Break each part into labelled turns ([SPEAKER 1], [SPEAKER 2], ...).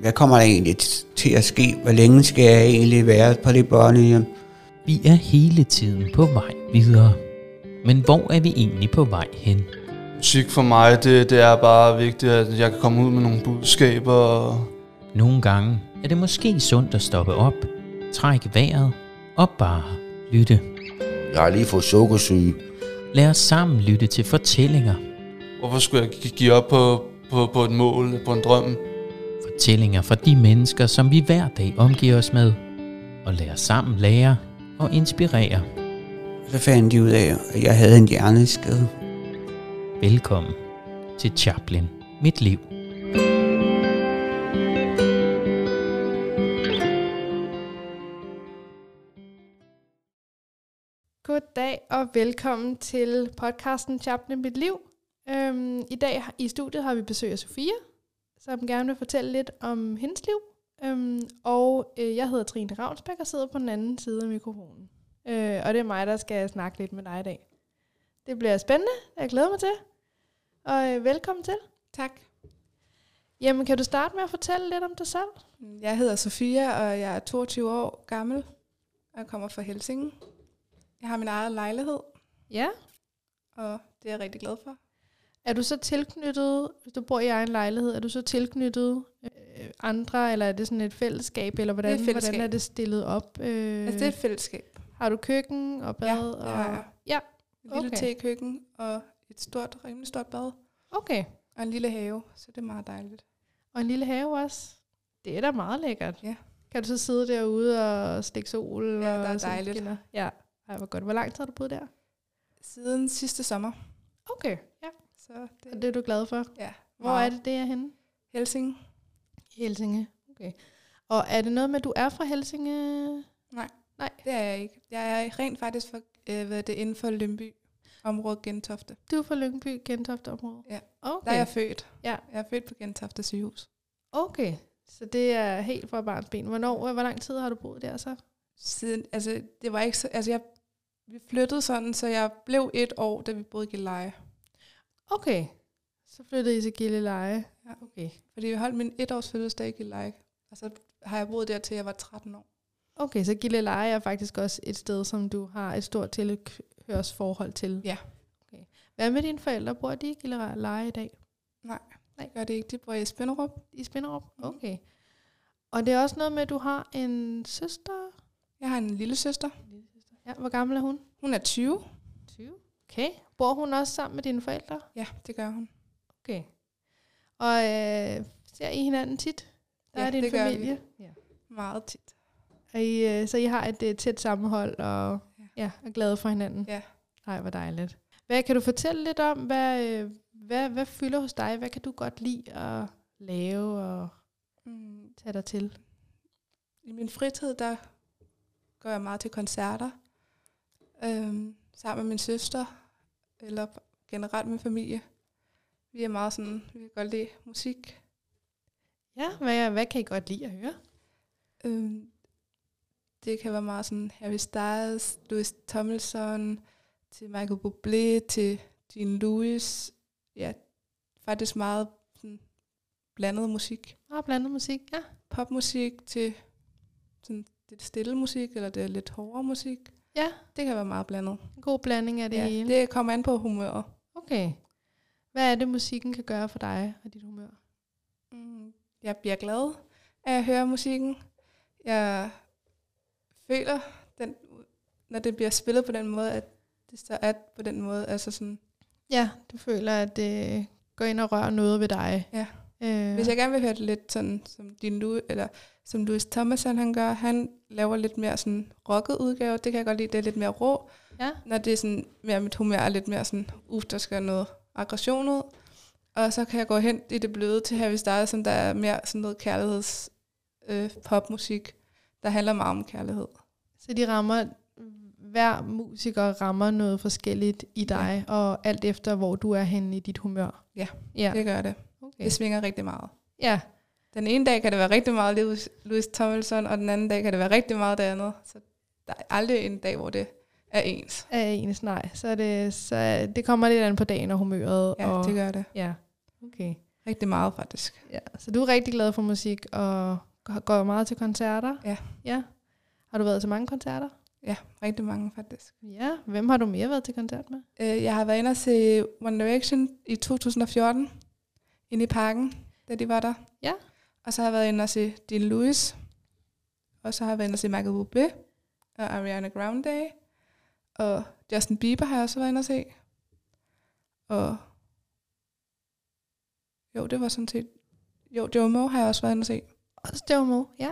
[SPEAKER 1] Hvad kommer der egentlig t- til at ske? Hvor længe skal jeg egentlig være på det børnehjem?
[SPEAKER 2] Vi er hele tiden på vej videre. Men hvor er vi egentlig på vej hen?
[SPEAKER 3] Musik for mig, det, det er bare vigtigt, at jeg kan komme ud med nogle budskaber. og-
[SPEAKER 2] Nogle gange er det måske sundt at stoppe op, trække vejret og bare lytte.
[SPEAKER 4] Jeg har lige fået sukkersyge.
[SPEAKER 2] Lad os sammen lytte til fortællinger.
[SPEAKER 3] Hvorfor skulle jeg gi- give op på, på, på et mål, på en drøm?
[SPEAKER 2] Fortællinger fra de mennesker, som vi hver dag omgiver os med. Og lad os sammen lære og inspirere.
[SPEAKER 1] Så fandt de ud af, at jeg havde en hjerneskade.
[SPEAKER 2] Velkommen til Chaplin, mit liv.
[SPEAKER 5] Goddag og velkommen til podcasten Chapne Mit Liv. Øhm, I dag har- i studiet har vi besøg af Sofia, som gerne vil fortælle lidt om hendes liv. Øhm, og øh, jeg hedder Trine Ravnsbæk og sidder på den anden side af mikrofonen. Øh, og det er mig, der skal snakke lidt med dig i dag. Det bliver spændende, jeg glæder mig til. Og øh, velkommen til.
[SPEAKER 6] Tak.
[SPEAKER 5] Jamen, kan du starte med at fortælle lidt om dig selv?
[SPEAKER 6] Jeg hedder Sofia, og jeg er 22 år gammel, og jeg kommer fra Helsingen. Jeg har min egen lejlighed,
[SPEAKER 5] Ja.
[SPEAKER 6] og det er jeg rigtig glad
[SPEAKER 5] Mm.
[SPEAKER 6] for.
[SPEAKER 5] Er du så tilknyttet, hvis du bor i egen lejlighed, er du så tilknyttet øh, andre, eller er det sådan et fællesskab, eller hvordan,
[SPEAKER 6] et fællesskab.
[SPEAKER 5] hvordan er det stillet op? Øh,
[SPEAKER 6] Altså, det er et fællesskab.
[SPEAKER 5] har du køkken og bad?
[SPEAKER 6] Ja, det
[SPEAKER 5] og,
[SPEAKER 6] har jeg.
[SPEAKER 5] ja,
[SPEAKER 6] Et lille
[SPEAKER 5] Okay.
[SPEAKER 6] okay. tekøkken og et stort, rimelig stort bad,
[SPEAKER 5] okay.
[SPEAKER 6] og en lille have, så det er meget dejligt.
[SPEAKER 5] Og en lille have også. Det er da meget lækkert.
[SPEAKER 6] Ja.
[SPEAKER 5] Kan du så sidde derude og stikke sol?
[SPEAKER 6] Ja, der er
[SPEAKER 5] og solskinner?
[SPEAKER 6] dejligt.
[SPEAKER 5] Ja, Ej, hvor godt. Hvor lang tid har du boet der?
[SPEAKER 6] Siden sidste sommer,
[SPEAKER 5] Okay, ja.
[SPEAKER 6] så det
[SPEAKER 5] Og det er du glad for.
[SPEAKER 6] ja,
[SPEAKER 5] Hvor
[SPEAKER 6] meget.
[SPEAKER 5] er det, det er henne?
[SPEAKER 6] Helsingen?
[SPEAKER 5] I Helsinge. Okay. Og er det noget med, at du er fra Helsinge?
[SPEAKER 6] Det er jeg ikke. Jeg er rent faktisk for, øh, hvad er det inden for Lønby, området Gentofte.
[SPEAKER 5] Du er fra Lyngby, Gentofte område?
[SPEAKER 6] Ja.
[SPEAKER 5] Okay.
[SPEAKER 6] Der er jeg født.
[SPEAKER 5] Ja.
[SPEAKER 6] Jeg er født på Gentofte sygehus.
[SPEAKER 5] okay. Så det er helt fra barns ben. Hvornår, hvor lang tid har du boet der så?
[SPEAKER 6] siden, altså det var ikke så, altså jeg vi flyttede sådan, så jeg blev et år, da vi boede i Gilleleje.
[SPEAKER 5] Okay. Så flyttede I til Gilleleje.
[SPEAKER 6] Ja.
[SPEAKER 5] Okay.
[SPEAKER 6] Fordi jeg holdt min etårs fødselsdag i Gilleleje, og så har jeg boet der til jeg var 13 år.
[SPEAKER 5] Okay, så Gilleleje er faktisk også et sted, som du har et stort tilhørsforhold til.
[SPEAKER 6] Ja.
[SPEAKER 5] Okay. Hvad med dine forældre? Bor de i Gilleleje i dag?
[SPEAKER 6] Jeg gør det ikke, de bor i Spinderup.
[SPEAKER 5] I Spinderup?
[SPEAKER 6] Mhm.
[SPEAKER 5] Okay. Og det er også noget med, at du har en søster?
[SPEAKER 6] Jeg har en lille søster.
[SPEAKER 5] Ja, hvor gammel er hun?
[SPEAKER 6] Hun er 20.
[SPEAKER 5] 20. Okay. Bor hun også sammen med dine forældre?
[SPEAKER 6] Ja, det gør hun.
[SPEAKER 5] Okay. Og øh, ser I hinanden tit? Der
[SPEAKER 6] Ja,
[SPEAKER 5] er din
[SPEAKER 6] det gør vi.
[SPEAKER 5] familie. Ja.
[SPEAKER 6] Meget tit.
[SPEAKER 5] Og I, øh, så I har et øh, tæt sammenhold og ja.
[SPEAKER 6] Ja.
[SPEAKER 5] Ja, er glade for hinanden.
[SPEAKER 6] Ja.
[SPEAKER 5] Ej, hvor dejligt. Hvad kan du fortælle lidt om, hvad, øh, hvad, hvad fylder hos dig? Hvad kan du godt lide at lave og
[SPEAKER 6] Mm.
[SPEAKER 5] tage dig til?
[SPEAKER 6] I min fritid, der går jeg meget til koncerter. Øhm, sammen med min søster, eller generelt med familie. Vi er meget sådan, vi kan godt lide musik.
[SPEAKER 5] Ja, hvad, hvad kan I godt lide at høre?
[SPEAKER 6] Øhm, det kan være meget sådan Harry Styles, Louis Tomlinson, til Michael Bublé, til Dean Lewis. Ja, faktisk meget sådan, blandet musik.
[SPEAKER 5] Og blandet musik, ja.
[SPEAKER 6] Popmusik til sådan, det stille musik, eller det lidt hårdere musik.
[SPEAKER 5] Ja,
[SPEAKER 6] Det kan være meget blandet.
[SPEAKER 5] en god blanding af det ja,
[SPEAKER 6] ja,
[SPEAKER 5] hele. Det.
[SPEAKER 6] det kommer an på humøret.
[SPEAKER 5] Okay. Hvad er det, musikken kan gøre for dig og dit humør?
[SPEAKER 6] Mm, Jeg bliver glad af at høre musikken. Jeg føler, den, når det bliver spillet på den måde, at det så er på den måde. Altså sådan,
[SPEAKER 5] Ja, du føler, at det går ind og rører noget ved dig.
[SPEAKER 6] Ja.
[SPEAKER 5] Øh,
[SPEAKER 6] Hvis jeg gerne vil høre det lidt sådan, som din nu, eller som Louis Thomason han gør, han laver lidt mere sådan rocket udgave, det kan jeg godt lide, det er lidt mere rå.
[SPEAKER 5] Ja.
[SPEAKER 6] Når det er sådan mere mit humør, er lidt mere sådan, uff, der skal noget aggression ud. Og så kan jeg gå hen i det bløde til Harry Styles, som der er mere sådan noget kærligheds øh, popmusik, der handler meget om kærlighed.
[SPEAKER 5] Så de rammer, hver musiker rammer noget forskelligt i dig, ja. og alt efter, hvor du er henne i dit humør.
[SPEAKER 6] Ja.
[SPEAKER 5] Ja,
[SPEAKER 6] Det gør det.
[SPEAKER 5] okay.
[SPEAKER 6] Det svinger rigtig meget.
[SPEAKER 5] ja.
[SPEAKER 6] Den ene dag kan det være rigtig meget Louis, Louis Tomlinson, og den anden dag kan det være rigtig meget det andet. Så der er aldrig en dag, hvor det er ens.
[SPEAKER 5] er ens nej. Så, er det, så er- det kommer lidt an på dagen og humøret.
[SPEAKER 6] Ja,
[SPEAKER 5] og,
[SPEAKER 6] det gør det.
[SPEAKER 5] Ja, okay.
[SPEAKER 6] Rigtig meget faktisk.
[SPEAKER 5] Ja, så du er rigtig glad for musik og g- går meget til koncerter?
[SPEAKER 6] Ja.
[SPEAKER 5] ja. Har du været til mange koncerter?
[SPEAKER 6] Ja, rigtig mange faktisk.
[SPEAKER 5] Ja. Hvem har du mere været til koncert med?
[SPEAKER 6] Øh, Jeg har været inde og se One Direction i 2014, inde i parken, da de var der.
[SPEAKER 5] Ja.
[SPEAKER 6] Og så har jeg været inde og se Dean Lewis. Og så har jeg været inde og se Michael Bublé og Ariana Grande. Og Justin Bieber har jeg også været inde og se. Og jo, det var sådan set... Jo, Joe Moe har jeg også været inde og se.
[SPEAKER 5] Også Jomo, ja.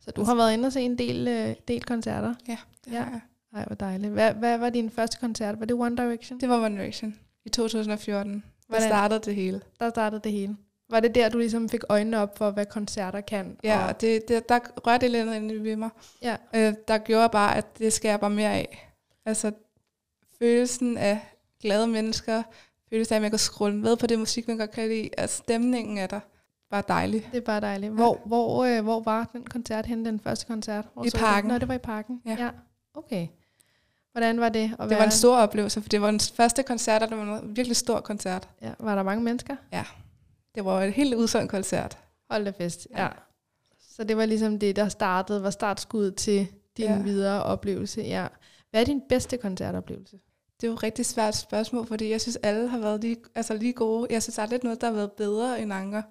[SPEAKER 5] Så du har været inde og se en del, øh, del koncerter.
[SPEAKER 6] Det
[SPEAKER 5] Ja.
[SPEAKER 6] har jeg.
[SPEAKER 5] Nej, hvor dejligt. Hvad, hvad var din første koncert? Var det One Direction?
[SPEAKER 6] Det var One Direction i 2014. Der
[SPEAKER 5] Hvordan?
[SPEAKER 6] startede det hele.
[SPEAKER 5] Der startede det hele. Var det der, du ligesom fik øjnene op for, hvad koncerter kan?
[SPEAKER 6] Ja,
[SPEAKER 5] Og,
[SPEAKER 6] og det, det, der rørte et eller andet ved mig.
[SPEAKER 5] Ja.
[SPEAKER 6] Øh, der gjorde bare, at det skal jeg bare mere af. Altså, følelsen af glade mennesker, følelsen af, at man kan scrolle med på det musik, man godt kan lide, at stemningen er der bare dejlig.
[SPEAKER 5] det er bare dejligt. Hvor, ja. hvor, øh, hvor var den koncert henne, den første koncert? Hvor
[SPEAKER 6] I
[SPEAKER 5] så du den?
[SPEAKER 6] parken.
[SPEAKER 5] Nå, det var i parken.
[SPEAKER 6] Ja.
[SPEAKER 5] ja. Okay. Hvordan var det at
[SPEAKER 6] Det
[SPEAKER 5] være?
[SPEAKER 6] var en stor oplevelse, for det var den første koncert, og det var en virkelig stor koncert.
[SPEAKER 5] ja, var der mange mennesker?
[SPEAKER 6] Det var et helt udsolgt koncert.
[SPEAKER 5] Hold da fest, ja.
[SPEAKER 6] Ja.
[SPEAKER 5] ja. Så det var ligesom det, der startede, var startskuddet til din ja.
[SPEAKER 6] Ja.
[SPEAKER 5] videre oplevelse. Ja. Hvad er din bedste koncertoplevelse?
[SPEAKER 6] Det er jo et rigtig svært spørgsmål, fordi jeg synes, alle har været lige, altså lige gode. Jeg synes aldrig, at noget, der har været bedre end Anker.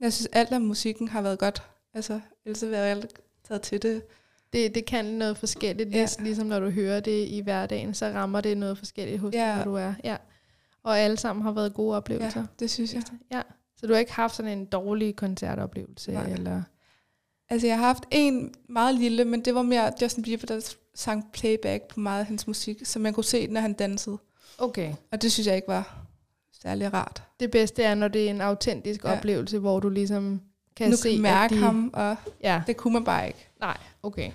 [SPEAKER 6] Jeg synes, alt af musikken har været godt. Altså, ellers ville jeg jo aldrig taget til det.
[SPEAKER 5] Det, det kan noget forskelligt,
[SPEAKER 6] Ja.
[SPEAKER 5] ja. ligesom når du hører det i hverdagen, så rammer det noget forskelligt hos ja. dig,
[SPEAKER 6] Ja.
[SPEAKER 5] når du er. Ja. Og alle sammen har været gode oplevelser.
[SPEAKER 6] Ja, det synes jeg.
[SPEAKER 5] Ja. Så du har ikke haft sådan en dårlig koncertoplevelse?
[SPEAKER 6] Nej.
[SPEAKER 5] Eller?
[SPEAKER 6] Altså, jeg har haft en meget lille, men det var mere Justin Bieber, der sang playback på meget af hans musik, som man kunne se, når han dansede.
[SPEAKER 5] Okay.
[SPEAKER 6] Og det synes jeg ikke var særlig rart.
[SPEAKER 5] Det bedste er, når det er en autentisk ja.
[SPEAKER 6] Ja.
[SPEAKER 5] oplevelse, hvor du ligesom kan
[SPEAKER 6] nu
[SPEAKER 5] se,
[SPEAKER 6] kan
[SPEAKER 5] at
[SPEAKER 6] mærke
[SPEAKER 5] de,
[SPEAKER 6] ham, og
[SPEAKER 5] Ja,
[SPEAKER 6] det kunne man bare ikke.
[SPEAKER 5] Okay.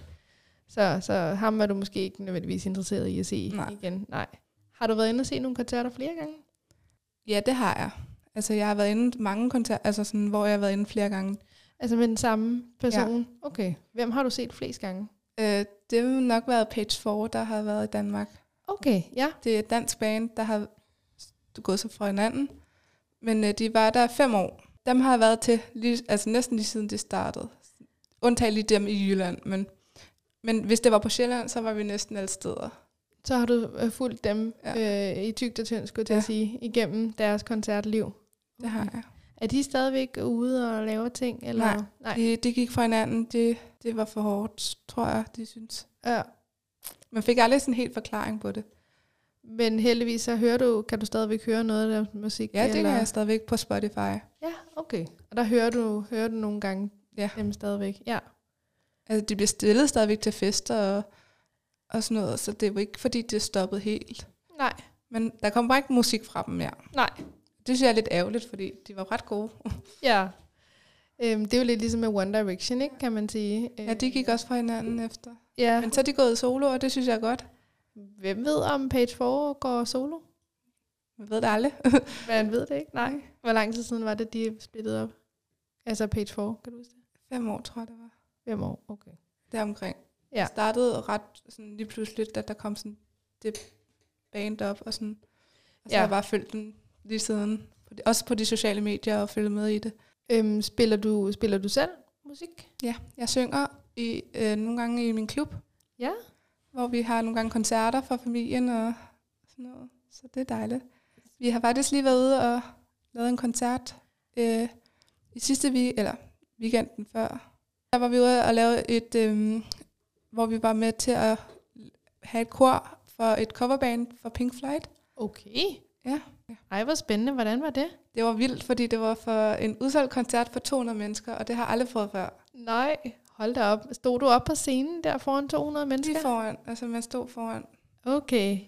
[SPEAKER 5] Så, så ham var du måske ikke nødvendigvis interesseret i at se Nej.
[SPEAKER 6] Nej.
[SPEAKER 5] igen? Nej. Har du været inde og se nogle koncerter flere gange?
[SPEAKER 6] Ja, det har jeg. Altså, jeg har været inde til mange koncerter, altså sådan, hvor jeg har været inde flere gange.
[SPEAKER 5] Altså med den samme person? Ja. Okay. Hvem har du set flest gange?
[SPEAKER 6] Øh, det har nok været Page 4, der har været i Danmark.
[SPEAKER 5] Okay, ja.
[SPEAKER 6] Det er et dansk band, der har gået sig fra hinanden. Men øh, de var der fem år. Dem har jeg været til lige, altså næsten lige siden det startede. Undtagen lige dem i Jylland. Men, men hvis det var på Sjælland, så var vi næsten alle steder.
[SPEAKER 5] Så har du øh, fulgt dem ja. øh, i tygt og tyndt, skulle jeg til ja. at
[SPEAKER 6] Ja.
[SPEAKER 5] sige, igennem deres koncertliv.
[SPEAKER 6] Det har jeg.
[SPEAKER 5] Er de stadigvæk ude og laver ting? Eller?
[SPEAKER 6] Nej.
[SPEAKER 5] Nej.
[SPEAKER 6] Det, det gik fra hinanden. Det, det var for hårdt, tror jeg, de synes.
[SPEAKER 5] Ja.
[SPEAKER 6] Man fik aldrig sådan en helt forklaring på det.
[SPEAKER 5] Men heldigvis så hører du, kan du stadigvæk høre noget af deres musik?
[SPEAKER 6] Ja, det
[SPEAKER 5] eller?
[SPEAKER 6] kan jeg stadigvæk på Spotify.
[SPEAKER 5] Ja, okay. Og der hører du, hører du nogle gange
[SPEAKER 6] Ja.
[SPEAKER 5] dem stadigvæk? Ja.
[SPEAKER 6] Altså, de bliver stillet stadigvæk til fester og, og sådan noget, så det var ikke, fordi det stoppede helt.
[SPEAKER 5] Nej.
[SPEAKER 6] Men der kom bare ikke musik fra dem mere.
[SPEAKER 5] Nej.
[SPEAKER 6] Det synes jeg er lidt ærgerligt, fordi de var ret gode.
[SPEAKER 5] Øh. Ja. Øhm, det er jo lidt ligesom med One Direction, ikke, kan man sige.
[SPEAKER 6] Ja, de gik også fra hinanden efter.
[SPEAKER 5] Mm. Ja.
[SPEAKER 6] Men så er de gået solo, og det synes jeg er godt.
[SPEAKER 5] Hvem ved, om Page 4 går solo?
[SPEAKER 6] Man ved det aldrig.
[SPEAKER 5] Man ved det ikke, nej. Hvor lang tid siden var det, de splittede op? Altså Page 4, kan du huske det?
[SPEAKER 6] Fem år, tror jeg, det var.
[SPEAKER 5] Fem år, okay.
[SPEAKER 6] Deromkring.
[SPEAKER 5] Ja.
[SPEAKER 6] Det startede ret sådan lige pludselig, da der kom sådan det band op, og, sådan, og
[SPEAKER 5] Ja.
[SPEAKER 6] så ja. har jeg bare følt den lige siden. På de- Også på de sociale medier og følge med i det.
[SPEAKER 5] Øhm, spiller, du, spiller du selv musik?
[SPEAKER 6] Ja, jeg synger i, øh, nogle gange i min klub.
[SPEAKER 5] Ja.
[SPEAKER 6] Hvor vi har nogle gange koncerter for familien og sådan noget. Så det er dejligt. Vi har faktisk lige været ude og lavet en koncert øh, i sidste week, eller weekenden før. Der var vi ude og lave et, øh, hvor vi var med til at have et kor for et coverband for Pink Floyd.
[SPEAKER 5] Okay.
[SPEAKER 6] Ja.
[SPEAKER 5] Ej, hvor spændende. Hvordan var det?
[SPEAKER 6] Det var vildt, fordi det var for en udsolgt koncert for 200 mennesker, og det har jeg aldrig prøvet før.
[SPEAKER 5] Nej, hold da op. Stod du op på scenen der foran 200 mennesker?
[SPEAKER 6] Lige foran, altså man stod foran.
[SPEAKER 5] Okay.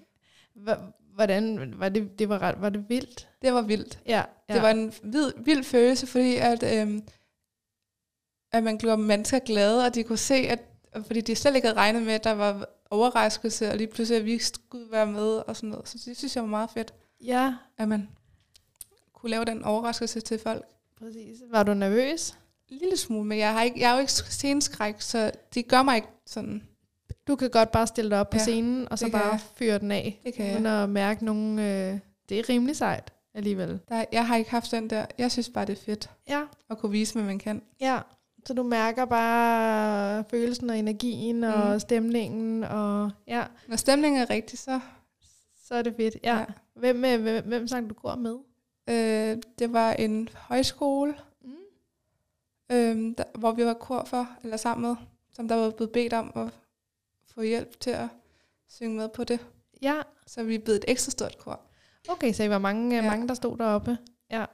[SPEAKER 5] Hva- Hvordan var det, det var, ret, var det vildt?
[SPEAKER 6] Det var vildt.
[SPEAKER 5] Ja, ja.
[SPEAKER 6] Ja. Det var en vid, vild følelse, fordi at, øhm, at man gjorde mennesker glade, og de kunne se, at og fordi de slet ikke havde regnet med, at der var overraskelse, og lige pludselig, at vi ikke skulle være med og sådan noget. Så det synes jeg var meget fedt,
[SPEAKER 5] ja,
[SPEAKER 6] at man kunne lave den overraskelse til folk.
[SPEAKER 5] Præcis. Var du nervøs?
[SPEAKER 6] En lille smule, men jeg, har ikke, jeg er jo ikke sceneskræk, så det gør mig ikke sådan.
[SPEAKER 5] Du kan godt bare stille dig op på ja,
[SPEAKER 6] Ja,
[SPEAKER 5] scenen, og så
[SPEAKER 6] det kan
[SPEAKER 5] bare
[SPEAKER 6] jeg.
[SPEAKER 5] fyre den af,
[SPEAKER 6] Det kan
[SPEAKER 5] uden at mærke nogen... Øh, det er rimelig sejt. alligevel.
[SPEAKER 6] Der, jeg har ikke haft den der. Jeg synes bare, det er fedt
[SPEAKER 5] Ja,
[SPEAKER 6] at kunne vise, hvad man kan.
[SPEAKER 5] ja. Så du mærker bare følelsen og energien og
[SPEAKER 6] Mm.
[SPEAKER 5] stemningen, og ja,
[SPEAKER 6] Når stemningen er rigtig, så...
[SPEAKER 5] så er det fedt. Ja. Hvem, øh, hvem, hvem sang du kor med?
[SPEAKER 6] Øh, det var en højskole,
[SPEAKER 5] Mm.
[SPEAKER 6] øhm, der, hvor vi var kor for, eller sammen med, som der var blevet bedt om at få hjælp til at synge med på det.
[SPEAKER 5] Ja,
[SPEAKER 6] Så vi blev et ekstra stort kor.
[SPEAKER 5] okay, så I var mange, ja.
[SPEAKER 6] Ja.
[SPEAKER 5] mange der stod deroppe. Ja.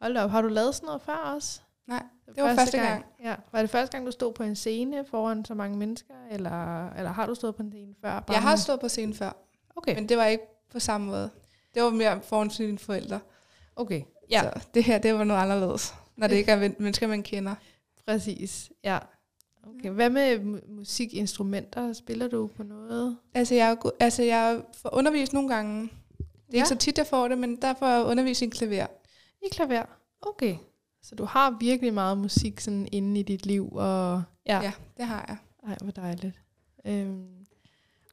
[SPEAKER 5] Hold da op, har du lavet sådan noget før også?
[SPEAKER 6] Nej, det var første gang.
[SPEAKER 5] Ja. Var det første gang, du stod på en scene foran så mange mennesker, eller, eller har du stået på en scene før?
[SPEAKER 6] Jeg har
[SPEAKER 5] med-
[SPEAKER 6] stået på scenen før,
[SPEAKER 5] Okay,
[SPEAKER 6] men det var ikke på samme måde. Det var mere foran sine forældre.
[SPEAKER 5] okay. Ja, så.
[SPEAKER 6] Så det her, det var noget anderledes, når det ikke er ven- mennesker, man kender.
[SPEAKER 5] præcis. Ja. Okay. Hvad med mu- musikinstrumenter? Spiller du på noget?
[SPEAKER 6] Altså, jeg, er jo go- altså, jeg får undervist nogle gange. Det er
[SPEAKER 5] Ja.
[SPEAKER 6] ikke så tit, jeg får det, men der får jeg undervist i en klaver.
[SPEAKER 5] I klaver. Okay. Så du har virkelig meget musik sådan inde i dit liv, og ja.
[SPEAKER 6] Ja, ja det har jeg.
[SPEAKER 5] Ej, hvor dejligt. Øhm.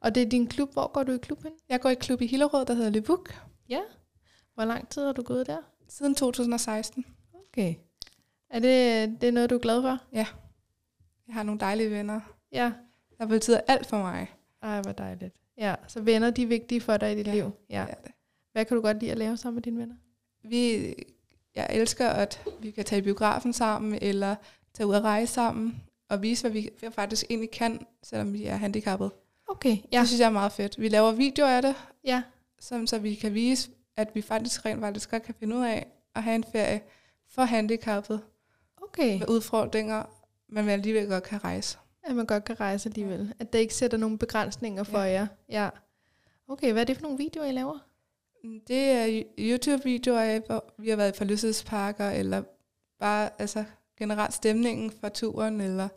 [SPEAKER 5] Og det er din klub. Hvor går du i klub hen?
[SPEAKER 6] Jeg går i klub i Hillerød, der hedder Levuk,
[SPEAKER 5] Hvor lang tid har du gået der?
[SPEAKER 6] siden 2016.
[SPEAKER 5] Okay. Er det, det er noget, du er glad for?
[SPEAKER 6] Jeg har nogle dejlige venner,
[SPEAKER 5] Ja.
[SPEAKER 6] der betyder alt for mig.
[SPEAKER 5] Ej, hvor dejligt. Ja, så venner, de er vigtige for dig i dit
[SPEAKER 6] Ja.
[SPEAKER 5] liv. Ja.
[SPEAKER 6] Det er det.
[SPEAKER 5] Hvad kan du godt lide at lave sammen med dine venner?
[SPEAKER 6] Vi, jeg elsker, at vi kan tage i biografen sammen, eller tage ud og rejse sammen, og vise, hvad vi hvad faktisk egentlig kan, selvom vi er handicappede.
[SPEAKER 5] Okay,
[SPEAKER 6] Ja.
[SPEAKER 5] ja.
[SPEAKER 6] Det synes jeg er meget fedt. Vi laver videoer af det,
[SPEAKER 5] Ja,
[SPEAKER 6] som så vi kan vise, at vi faktisk rent faktisk godt kan finde ud af at have en ferie for handicappede
[SPEAKER 5] okay.
[SPEAKER 6] med udfordringer, men man alligevel godt kan rejse.
[SPEAKER 5] At man godt kan rejse alligevel. At det ikke sætter nogen begrænsninger for ja. jer. Ja. Okay, hvad er det for nogle videoer, I laver?
[SPEAKER 6] Det er YouTube-videoer, af, hvor vi har været i forlystelsesparker, eller bare altså, generelt stemningen fra turen, eller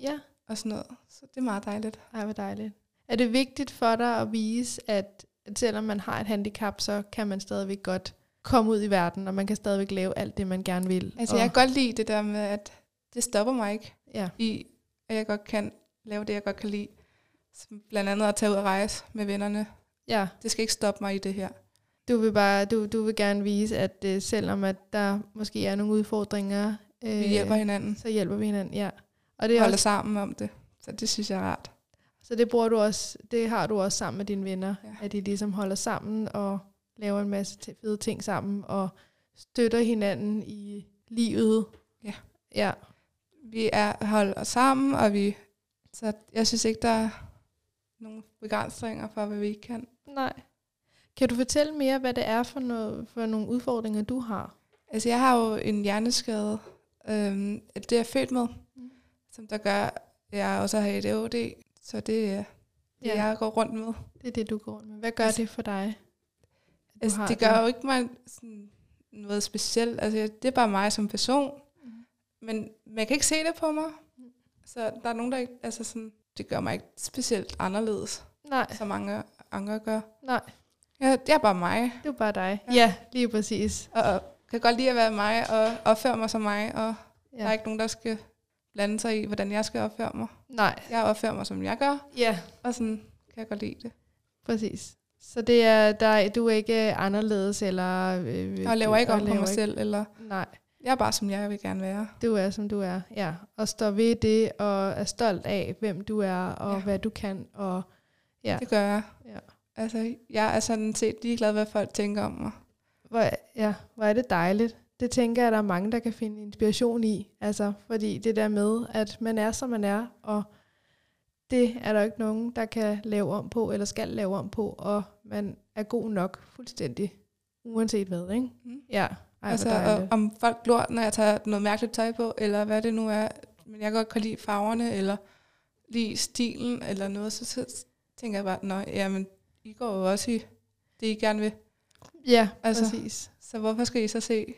[SPEAKER 5] Ja.
[SPEAKER 6] og sådan noget. Så det er meget dejligt.
[SPEAKER 5] Ej, hvor dejligt. Er det vigtigt for dig at vise, at, at selvom man har et handicap, så kan man stadigvæk godt komme ud i verden, og man kan stadigvæk lave alt det, man gerne vil?
[SPEAKER 6] Altså,
[SPEAKER 5] og,
[SPEAKER 6] jeg kan godt lide det der med, at det stopper mig ikke
[SPEAKER 5] Ja,
[SPEAKER 6] i, at jeg godt kan lave det, jeg godt kan lide. Som blandt andet at tage ud og rejse med vennerne.
[SPEAKER 5] ja.
[SPEAKER 6] Det skal ikke stoppe mig i det her.
[SPEAKER 5] Du vil, bare, du, du vil gerne vise, at øh, selvom at der måske er nogle udfordringer, øh,
[SPEAKER 6] Vi hjælper hinanden.
[SPEAKER 5] så hjælper vi hinanden. Ja. Og
[SPEAKER 6] Vi
[SPEAKER 5] det er
[SPEAKER 6] holder
[SPEAKER 5] også,
[SPEAKER 6] sammen om det. Så det synes jeg er rart.
[SPEAKER 5] så det bruger du også, det har du også sammen med dine venner, ja.
[SPEAKER 6] Ja.
[SPEAKER 5] at de ligesom holder sammen og laver en masse t- fede ting sammen og støtter hinanden i livet.
[SPEAKER 6] Ja.
[SPEAKER 5] Ja.
[SPEAKER 6] Vi er holder os sammen, og vi... Så jeg synes ikke, der er nogen begrænsninger for, hvad vi ikke kan.
[SPEAKER 5] Nej. Kan du fortælle mere, hvad det er for, noget, for nogle udfordringer, du har?
[SPEAKER 6] Altså, jeg har jo en hjerneskade, øhm, at det er jeg født med,
[SPEAKER 5] Mm.
[SPEAKER 6] mm. som der gør, at jeg også har ADHD. Så det er det,
[SPEAKER 5] Ja.
[SPEAKER 6] ja. jeg går rundt med.
[SPEAKER 5] Det er det, du går rundt med. Hvad gør
[SPEAKER 6] Altså-
[SPEAKER 5] det for dig? at du
[SPEAKER 6] Altså,
[SPEAKER 5] har
[SPEAKER 6] det gør jo ikke mig sådan noget specielt. Altså, jeg- det er bare mig som person.
[SPEAKER 5] Mhm.
[SPEAKER 6] Men man kan ikke se det på mig.
[SPEAKER 5] Mm.
[SPEAKER 6] Så der er nogen, der ikke... Altså, sådan, det gør mig ikke specielt anderledes,
[SPEAKER 5] Nej,
[SPEAKER 6] som mange andre gør.
[SPEAKER 5] nej.
[SPEAKER 6] Ja, det er bare mig,
[SPEAKER 5] Det er bare dig. Ja,
[SPEAKER 6] Ja.
[SPEAKER 5] ja lige præcis.
[SPEAKER 6] og, og kan godt lide at være mig, og opføre mig som mig, og ja. der er
[SPEAKER 5] Ja.
[SPEAKER 6] ikke nogen, der skal blande sig i, hvordan jeg skal opføre mig.
[SPEAKER 5] Nej.
[SPEAKER 6] Jeg opfører mig, som jeg gør,
[SPEAKER 5] Ja,
[SPEAKER 6] og sådan kan jeg godt lide det.
[SPEAKER 5] præcis. Så det er, der, er- du er ikke øh, anderledes, eller... Øh,
[SPEAKER 6] Jeg laver ikke
[SPEAKER 5] og
[SPEAKER 6] om på
[SPEAKER 5] laver
[SPEAKER 6] mig
[SPEAKER 5] ikke-
[SPEAKER 6] selv, eller
[SPEAKER 5] Nej,
[SPEAKER 6] jeg er bare, som jeg vil gerne være.
[SPEAKER 5] du er, som du er. Ja, og står ved det, og er stolt af, hvem du er, og ja.
[SPEAKER 6] Ja.
[SPEAKER 5] hvad du kan, og... Ja.
[SPEAKER 6] Ja. Det gør jeg.
[SPEAKER 5] Ja.
[SPEAKER 6] Altså, jeg er sådan set ligeglad, hvad folk tænker om mig.
[SPEAKER 5] Hvor, ja, hvor er det dejligt. Det tænker jeg, at der er mange, der kan finde inspiration i. Altså, fordi det der med, at man er, som man er, og det er der jo ikke nogen, der kan lave om på, eller skal lave om på, og man er god nok fuldstændig, uanset hvad, ikke?
[SPEAKER 6] Mm.
[SPEAKER 5] Ja, ej, altså,
[SPEAKER 6] altså,
[SPEAKER 5] hvor
[SPEAKER 6] og,
[SPEAKER 5] dejligt.
[SPEAKER 6] om folk glor, når jeg tager noget mærkeligt tøj på, eller hvad det nu er. Men jeg kan godt kan lide farverne, eller lide stilen, eller noget. Så, så tænker jeg bare, nå, jamen, I går jo også i det, I gerne vil.
[SPEAKER 5] ja, altså,
[SPEAKER 6] altså-
[SPEAKER 5] præcis.
[SPEAKER 6] Så hvorfor skal I så se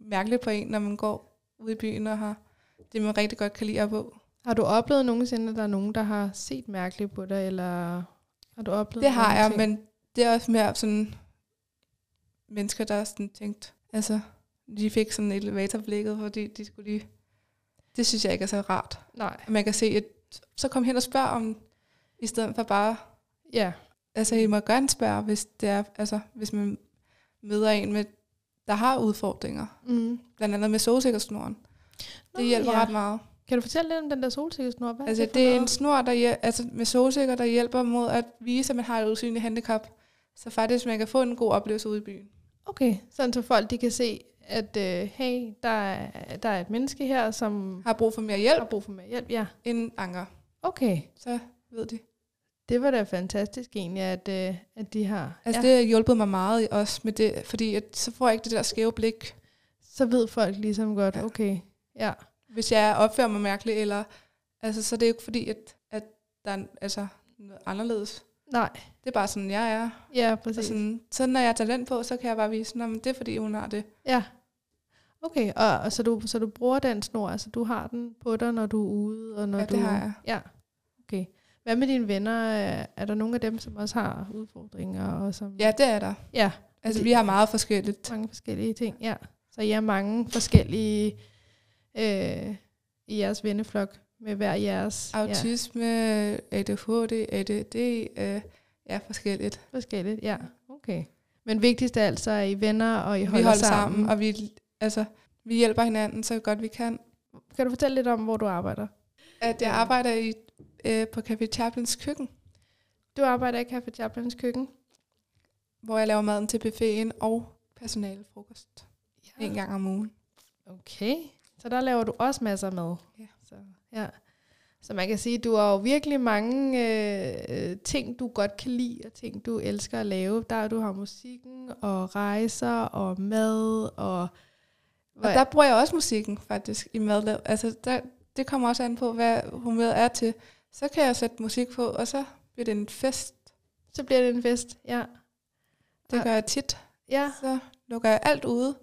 [SPEAKER 6] mærkeligt på en, når man går ude i byen og har det, man rigtig godt kan lide at på?
[SPEAKER 5] Har du oplevet nogensinde, at der er nogen, der har set mærkeligt på dig, eller har du oplevet
[SPEAKER 6] Det har
[SPEAKER 5] nogle
[SPEAKER 6] jeg,
[SPEAKER 5] ting?
[SPEAKER 6] men det er også mere sådan mennesker, der sådan tænkt, altså, de fik sådan elevatorblikket, fordi de skulle lige... Det synes jeg ikke er så rart.
[SPEAKER 5] Nej,
[SPEAKER 6] At Man kan se, at så kom hen og spørg om, i stedet for bare...
[SPEAKER 5] ja,
[SPEAKER 6] Altså, I må gerne spørge, hvis det er... Altså, hvis man møder en med, der har udfordringer.
[SPEAKER 5] Mm.
[SPEAKER 6] Blandt andet med solsikkersnoren. Det hjælper
[SPEAKER 5] ja.
[SPEAKER 6] ret meget.
[SPEAKER 5] Kan du fortælle lidt om den der solsikkesnor? Hvad
[SPEAKER 6] Altså,
[SPEAKER 5] for
[SPEAKER 6] det er en
[SPEAKER 5] noget?
[SPEAKER 6] snor der hjæl- altså, med solsikker, der hjælper mod at vise, at man har et usynligt handicap. Så faktisk man kan få en god oplevelse ude i byen.
[SPEAKER 5] Okay, sådan så folk de kan se, at øh, hey, der er, der er et menneske her, som
[SPEAKER 6] Har brug for mere
[SPEAKER 5] har
[SPEAKER 6] hjælp
[SPEAKER 5] brug for mere hjælp. Ja,
[SPEAKER 6] end anker.
[SPEAKER 5] okay.
[SPEAKER 6] Så ved de.
[SPEAKER 5] Det var da fantastisk egentlig, at, øh, at de har.
[SPEAKER 6] Altså
[SPEAKER 5] ja.
[SPEAKER 6] ja. det har hjulpet mig meget også med det, fordi at, så får jeg ikke det der skæve blik,
[SPEAKER 5] Så ved folk ligesom godt,
[SPEAKER 6] Ja.
[SPEAKER 5] okay, ja.
[SPEAKER 6] hvis jeg opfører mig mærkeligt, eller altså så er det jo ikke fordi, at, at der er en- altså, noget anderledes.
[SPEAKER 5] Nej,
[SPEAKER 6] Det er bare sådan, jeg er.
[SPEAKER 5] ja,
[SPEAKER 6] Og
[SPEAKER 5] præcis.
[SPEAKER 6] sådan, så når jeg har talent på, så kan jeg bare vise, at det er fordi, hun har det.
[SPEAKER 5] Ja. Okay, og, og så, du, så du bruger den snor, altså du har den på dig, når du er ude? Og når
[SPEAKER 6] Ja,
[SPEAKER 5] du,
[SPEAKER 6] det har jeg.
[SPEAKER 5] Ja, okay. Hvad med dine venner? Øh, Er der nogle af dem, som også har udfordringer? Og som,
[SPEAKER 6] Ja, det er der.
[SPEAKER 5] ja,
[SPEAKER 6] Altså,
[SPEAKER 5] Det-
[SPEAKER 6] vi har meget forskelligt.
[SPEAKER 5] mange forskellige ting, ja. Så I er mange forskellige øh, i jeres venneflok med hver jeres ja,
[SPEAKER 6] Autisme, ADHD, ADD, øh, ja, forskelligt.
[SPEAKER 5] forskelligt. Ja, okay. Men vigtigst af alt, så er I venner, og I
[SPEAKER 6] Vi
[SPEAKER 5] holder,
[SPEAKER 6] holder
[SPEAKER 5] sammen.
[SPEAKER 6] sammen, og vi, altså, vi hjælper hinanden så godt vi kan.
[SPEAKER 5] Kan du fortælle lidt om, hvor du arbejder?
[SPEAKER 6] At jeg
[SPEAKER 5] Ja.
[SPEAKER 6] arbejder i, øh, på Café Chaplins køkken,
[SPEAKER 5] Du arbejder i Café Chaplins køkken.
[SPEAKER 6] hvor jeg laver maden til buffeten og personalefrokost
[SPEAKER 5] Ja.
[SPEAKER 6] en gang om ugen.
[SPEAKER 5] Okay, så der laver du også masser med.
[SPEAKER 6] Ja.
[SPEAKER 5] Så, ja. så man kan sige, at du har jo virkelig mange øh, øh, ting, du godt kan lide, og ting, du elsker at lave. Der du har musikken, og rejser, og mad, og...
[SPEAKER 6] Og der bruger jeg også musikken faktisk i madlav. Altså, der, det kommer også an på, hvad humøret er til. Så kan jeg sætte musik på, og så bliver det en fest.
[SPEAKER 5] Så bliver det en fest, ja.
[SPEAKER 6] Det
[SPEAKER 5] Ej.
[SPEAKER 6] gør jeg tit.
[SPEAKER 5] Ja,
[SPEAKER 6] Så lukker jeg alt ude,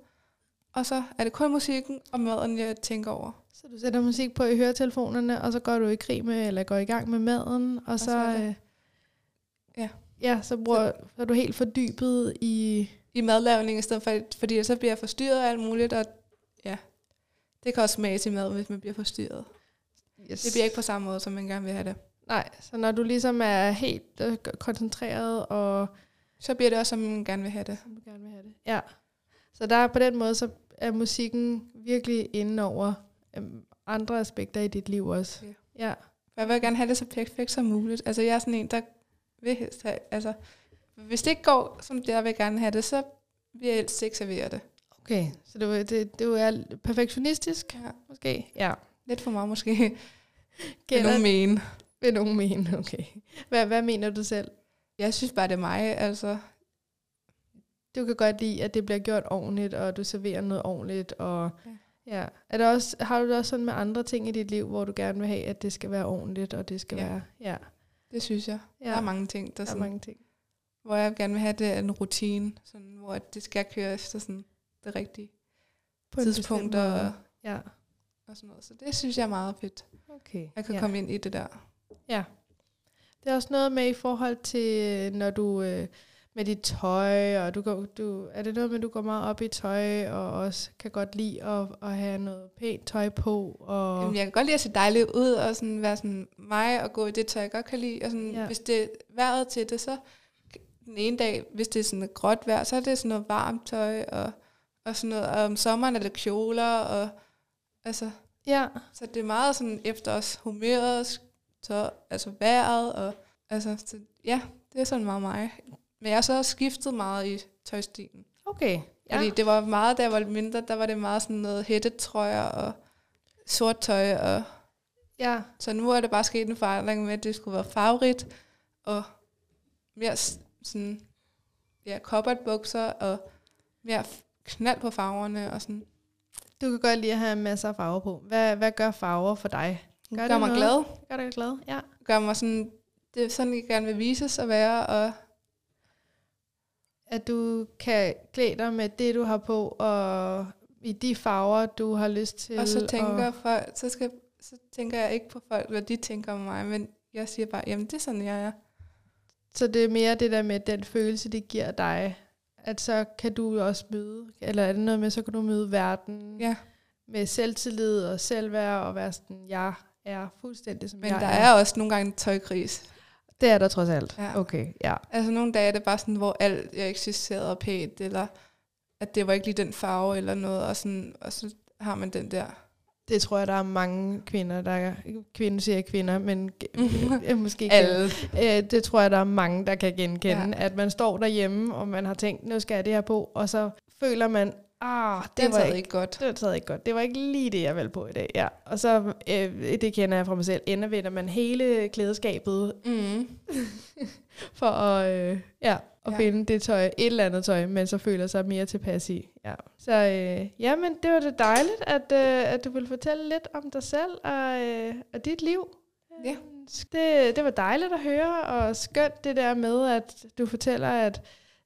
[SPEAKER 6] og så er det kun musikken og maden, jeg tænker over.
[SPEAKER 5] så du sætter musik på i høretelefonerne, og så går du i krig med, eller går i gang med maden, og,
[SPEAKER 6] så
[SPEAKER 5] så...
[SPEAKER 6] er det-
[SPEAKER 5] øh,
[SPEAKER 6] Ja.
[SPEAKER 5] Ja, så, bruger, så er du helt fordybet i...
[SPEAKER 6] I madlavning i stedet for, fordi så bliver jeg forstyrret af alt muligt, og ja, det kan også smage til mad, hvis man bliver forstyrret.
[SPEAKER 5] Yes.
[SPEAKER 6] Det bliver ikke på samme måde, som man gerne vil have det.
[SPEAKER 5] Nej, så når du ligesom er helt øh, koncentreret og
[SPEAKER 6] Så bliver det også, som man gerne vil have det.
[SPEAKER 5] som du gerne vil have det. Ja. Så der er på den måde, så er musikken virkelig inde over øhm, andre aspekter i dit liv også.
[SPEAKER 6] Ja.
[SPEAKER 5] Ja.
[SPEAKER 6] For jeg vil gerne have det så perfekt som muligt. Altså jeg er sådan en, der vil helst have, altså hvis det ikke går, som jeg vil gerne have det, så vil jeg helst ikke servere det.
[SPEAKER 5] Okay, så du, det, du er perfektionistisk
[SPEAKER 6] Ja.
[SPEAKER 5] måske? Ja.
[SPEAKER 6] Lidt for meget måske, vil
[SPEAKER 5] Gælder
[SPEAKER 6] nogen mene.
[SPEAKER 5] vil nogen mene, okay. Hvad, hvad mener du selv?
[SPEAKER 6] Jeg synes bare, det er mig, altså.
[SPEAKER 5] Du kan godt lide, at det bliver gjort ordentligt, og du serverer noget ordentligt. Og,
[SPEAKER 6] Ja.
[SPEAKER 5] ja. Er der også, har du det også sådan med andre ting i dit liv, hvor du gerne vil have, at det skal være ordentligt, og det skal
[SPEAKER 6] Ja.
[SPEAKER 5] være... Ja.
[SPEAKER 6] Det synes jeg.
[SPEAKER 5] ja.
[SPEAKER 6] Ja. Der er mange ting, der,
[SPEAKER 5] Der er
[SPEAKER 6] sådan,
[SPEAKER 5] mange ting.
[SPEAKER 6] hvor jeg gerne vil have det er en rutine, sådan, hvor at det skal køre efter sådan, det rigtige
[SPEAKER 5] På en bestemt
[SPEAKER 6] tidspunkter
[SPEAKER 5] måde.
[SPEAKER 6] og,
[SPEAKER 5] Ja,
[SPEAKER 6] og sådan noget. Så det synes jeg er meget fedt.
[SPEAKER 5] okay.
[SPEAKER 6] Jeg kan
[SPEAKER 5] ja.
[SPEAKER 6] ja. komme ind i det der.
[SPEAKER 5] Det er også noget med i forhold til, øh, når du øh, med dit tøj, og du går, du, er det noget med, at du går meget op i tøj, og også kan godt lide at, at have noget pænt tøj på? Og,
[SPEAKER 6] Jamen, jeg kan godt lide at se dejlig ud og sådan være sådan mig og gå i det tøj, jeg godt kan lide. Og sådan,
[SPEAKER 5] Ja.
[SPEAKER 6] ja. Hvis det er vejret til det, så den ene dag, hvis det er sådan et gråt vejr, så er det sådan noget varmt tøj og, og sådan noget. Og om sommeren er det kjoler. Og, altså,
[SPEAKER 5] ja,
[SPEAKER 6] så det er meget sådan efter os humøret, så, altså vejret. Og, altså, så, ja, det er sådan meget mig. Men jeg har så også skiftet meget i tøjstilen.
[SPEAKER 5] okay.
[SPEAKER 6] Ja. Fordi det var meget, da jeg var mindre, der var det meget sådan noget hættetrøjer og sort tøj og
[SPEAKER 5] ja,
[SPEAKER 6] så nu er det bare sket en forandring med, at det skulle være farverigt, og mere s- sådan, ja, bukser og mere f- knald på farverne, og sådan.
[SPEAKER 5] du kan godt lide at have masser af farver på. Hvad, hvad gør farver for dig?
[SPEAKER 6] Gør,
[SPEAKER 5] det
[SPEAKER 6] gør mig
[SPEAKER 5] noget?
[SPEAKER 6] glad.
[SPEAKER 5] Gør dig glad? Ja.
[SPEAKER 6] Gør mig sådan, det er sådan, jeg gerne vil vises at være, og
[SPEAKER 5] At du kan klæde dig med det, du har på, og i de farver, du har lyst til.
[SPEAKER 6] og så tænker folk, så, skal, så tænker jeg ikke på folk, hvad de tænker om mig, men jeg siger bare, jamen det er sådan, jeg er.
[SPEAKER 5] Så det er mere det der med den følelse, det giver dig, at så kan du også møde, eller er det noget med, så kan du møde verden
[SPEAKER 6] Ja,
[SPEAKER 5] med selvtillid og selvværd, og være sådan, jeg er fuldstændig som
[SPEAKER 6] men
[SPEAKER 5] jeg
[SPEAKER 6] der
[SPEAKER 5] er.
[SPEAKER 6] er også nogle gange en tøjkris.
[SPEAKER 5] Det er der trods alt.
[SPEAKER 6] Ja.
[SPEAKER 5] Okay, ja.
[SPEAKER 6] Altså nogle dage er det bare sådan, hvor alt jeg ikke synes sidder pænt, eller at det var ikke lige den farve eller noget, og, sådan, og så har man den der.
[SPEAKER 5] Det tror jeg, der er mange kvinder, der... Kvinder siger kvinder, men øh, måske ikke
[SPEAKER 6] Alle.
[SPEAKER 5] Øh, det tror jeg, der er mange, der kan genkende.
[SPEAKER 6] Ja.
[SPEAKER 5] Ja. At man står derhjemme, og man har tænkt, nu skal jeg det her på, og så føler man, ah, det
[SPEAKER 6] Den
[SPEAKER 5] var
[SPEAKER 6] sad
[SPEAKER 5] ikke,
[SPEAKER 6] ikke godt.
[SPEAKER 5] det sad ikke godt. Det var ikke lige det, jeg valgte på i dag. Ja. Og så, øh, det kender jeg fra mig selv, endevender man hele klædeskabet
[SPEAKER 6] Mm.
[SPEAKER 5] for at, øh, ja, at
[SPEAKER 6] Ja.
[SPEAKER 5] ja. finde det tøj, et eller andet tøj, man så føler sig mere tilpas i. Ja. Så øh, jamen, det var det dejligt, at, øh, at du ville fortælle lidt om dig selv og, øh, og dit liv. Øhm,
[SPEAKER 6] Ja.
[SPEAKER 5] Det, det var dejligt at høre, og skønt det der med, at du fortæller, at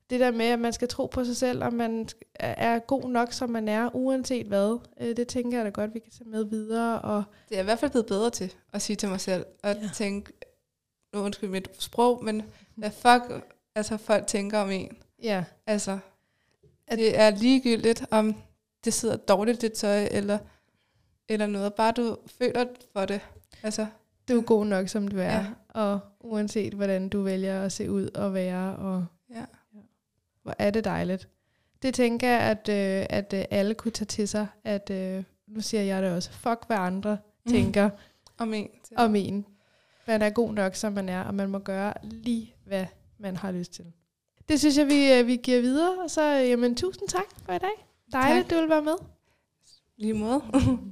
[SPEAKER 5] det der med, at man skal tro på sig selv, og man er god nok, som man er, uanset hvad. Øh, Det tænker jeg da godt, vi kan tage med videre. Og
[SPEAKER 6] Det er jeg i hvert fald blevet bedre til at sige til mig selv, og ja.
[SPEAKER 5] Ja.
[SPEAKER 6] tænke, nu undskyld mit sprog, men hvad fuck altså, folk tænker om en.
[SPEAKER 5] ja,
[SPEAKER 6] Altså,
[SPEAKER 5] At-
[SPEAKER 6] det er ligegyldigt, om det sidder dårligt, det tøj, eller, eller noget. Bare du føler for det. Altså,
[SPEAKER 5] du er god nok, som du er.
[SPEAKER 6] Ja.
[SPEAKER 5] Ja. Og uanset, hvordan du vælger at se ud og være, og
[SPEAKER 6] ja.
[SPEAKER 5] hvor er det dejligt. Det tænker jeg, at, øh, at øh, alle kunne tage til sig, at øh, nu siger jeg det også, fuck hvad andre
[SPEAKER 6] Mm.
[SPEAKER 5] tænker
[SPEAKER 6] Om en.
[SPEAKER 5] om en. Man er god nok, som man er, og man må gøre lige, hvad man har lyst til. Det synes jeg, vi, øh, vi giver videre, og så øh, jamen, tusind tak for i dag. Dejligt,
[SPEAKER 6] Tak.
[SPEAKER 5] du vil være med.
[SPEAKER 6] Lige måde.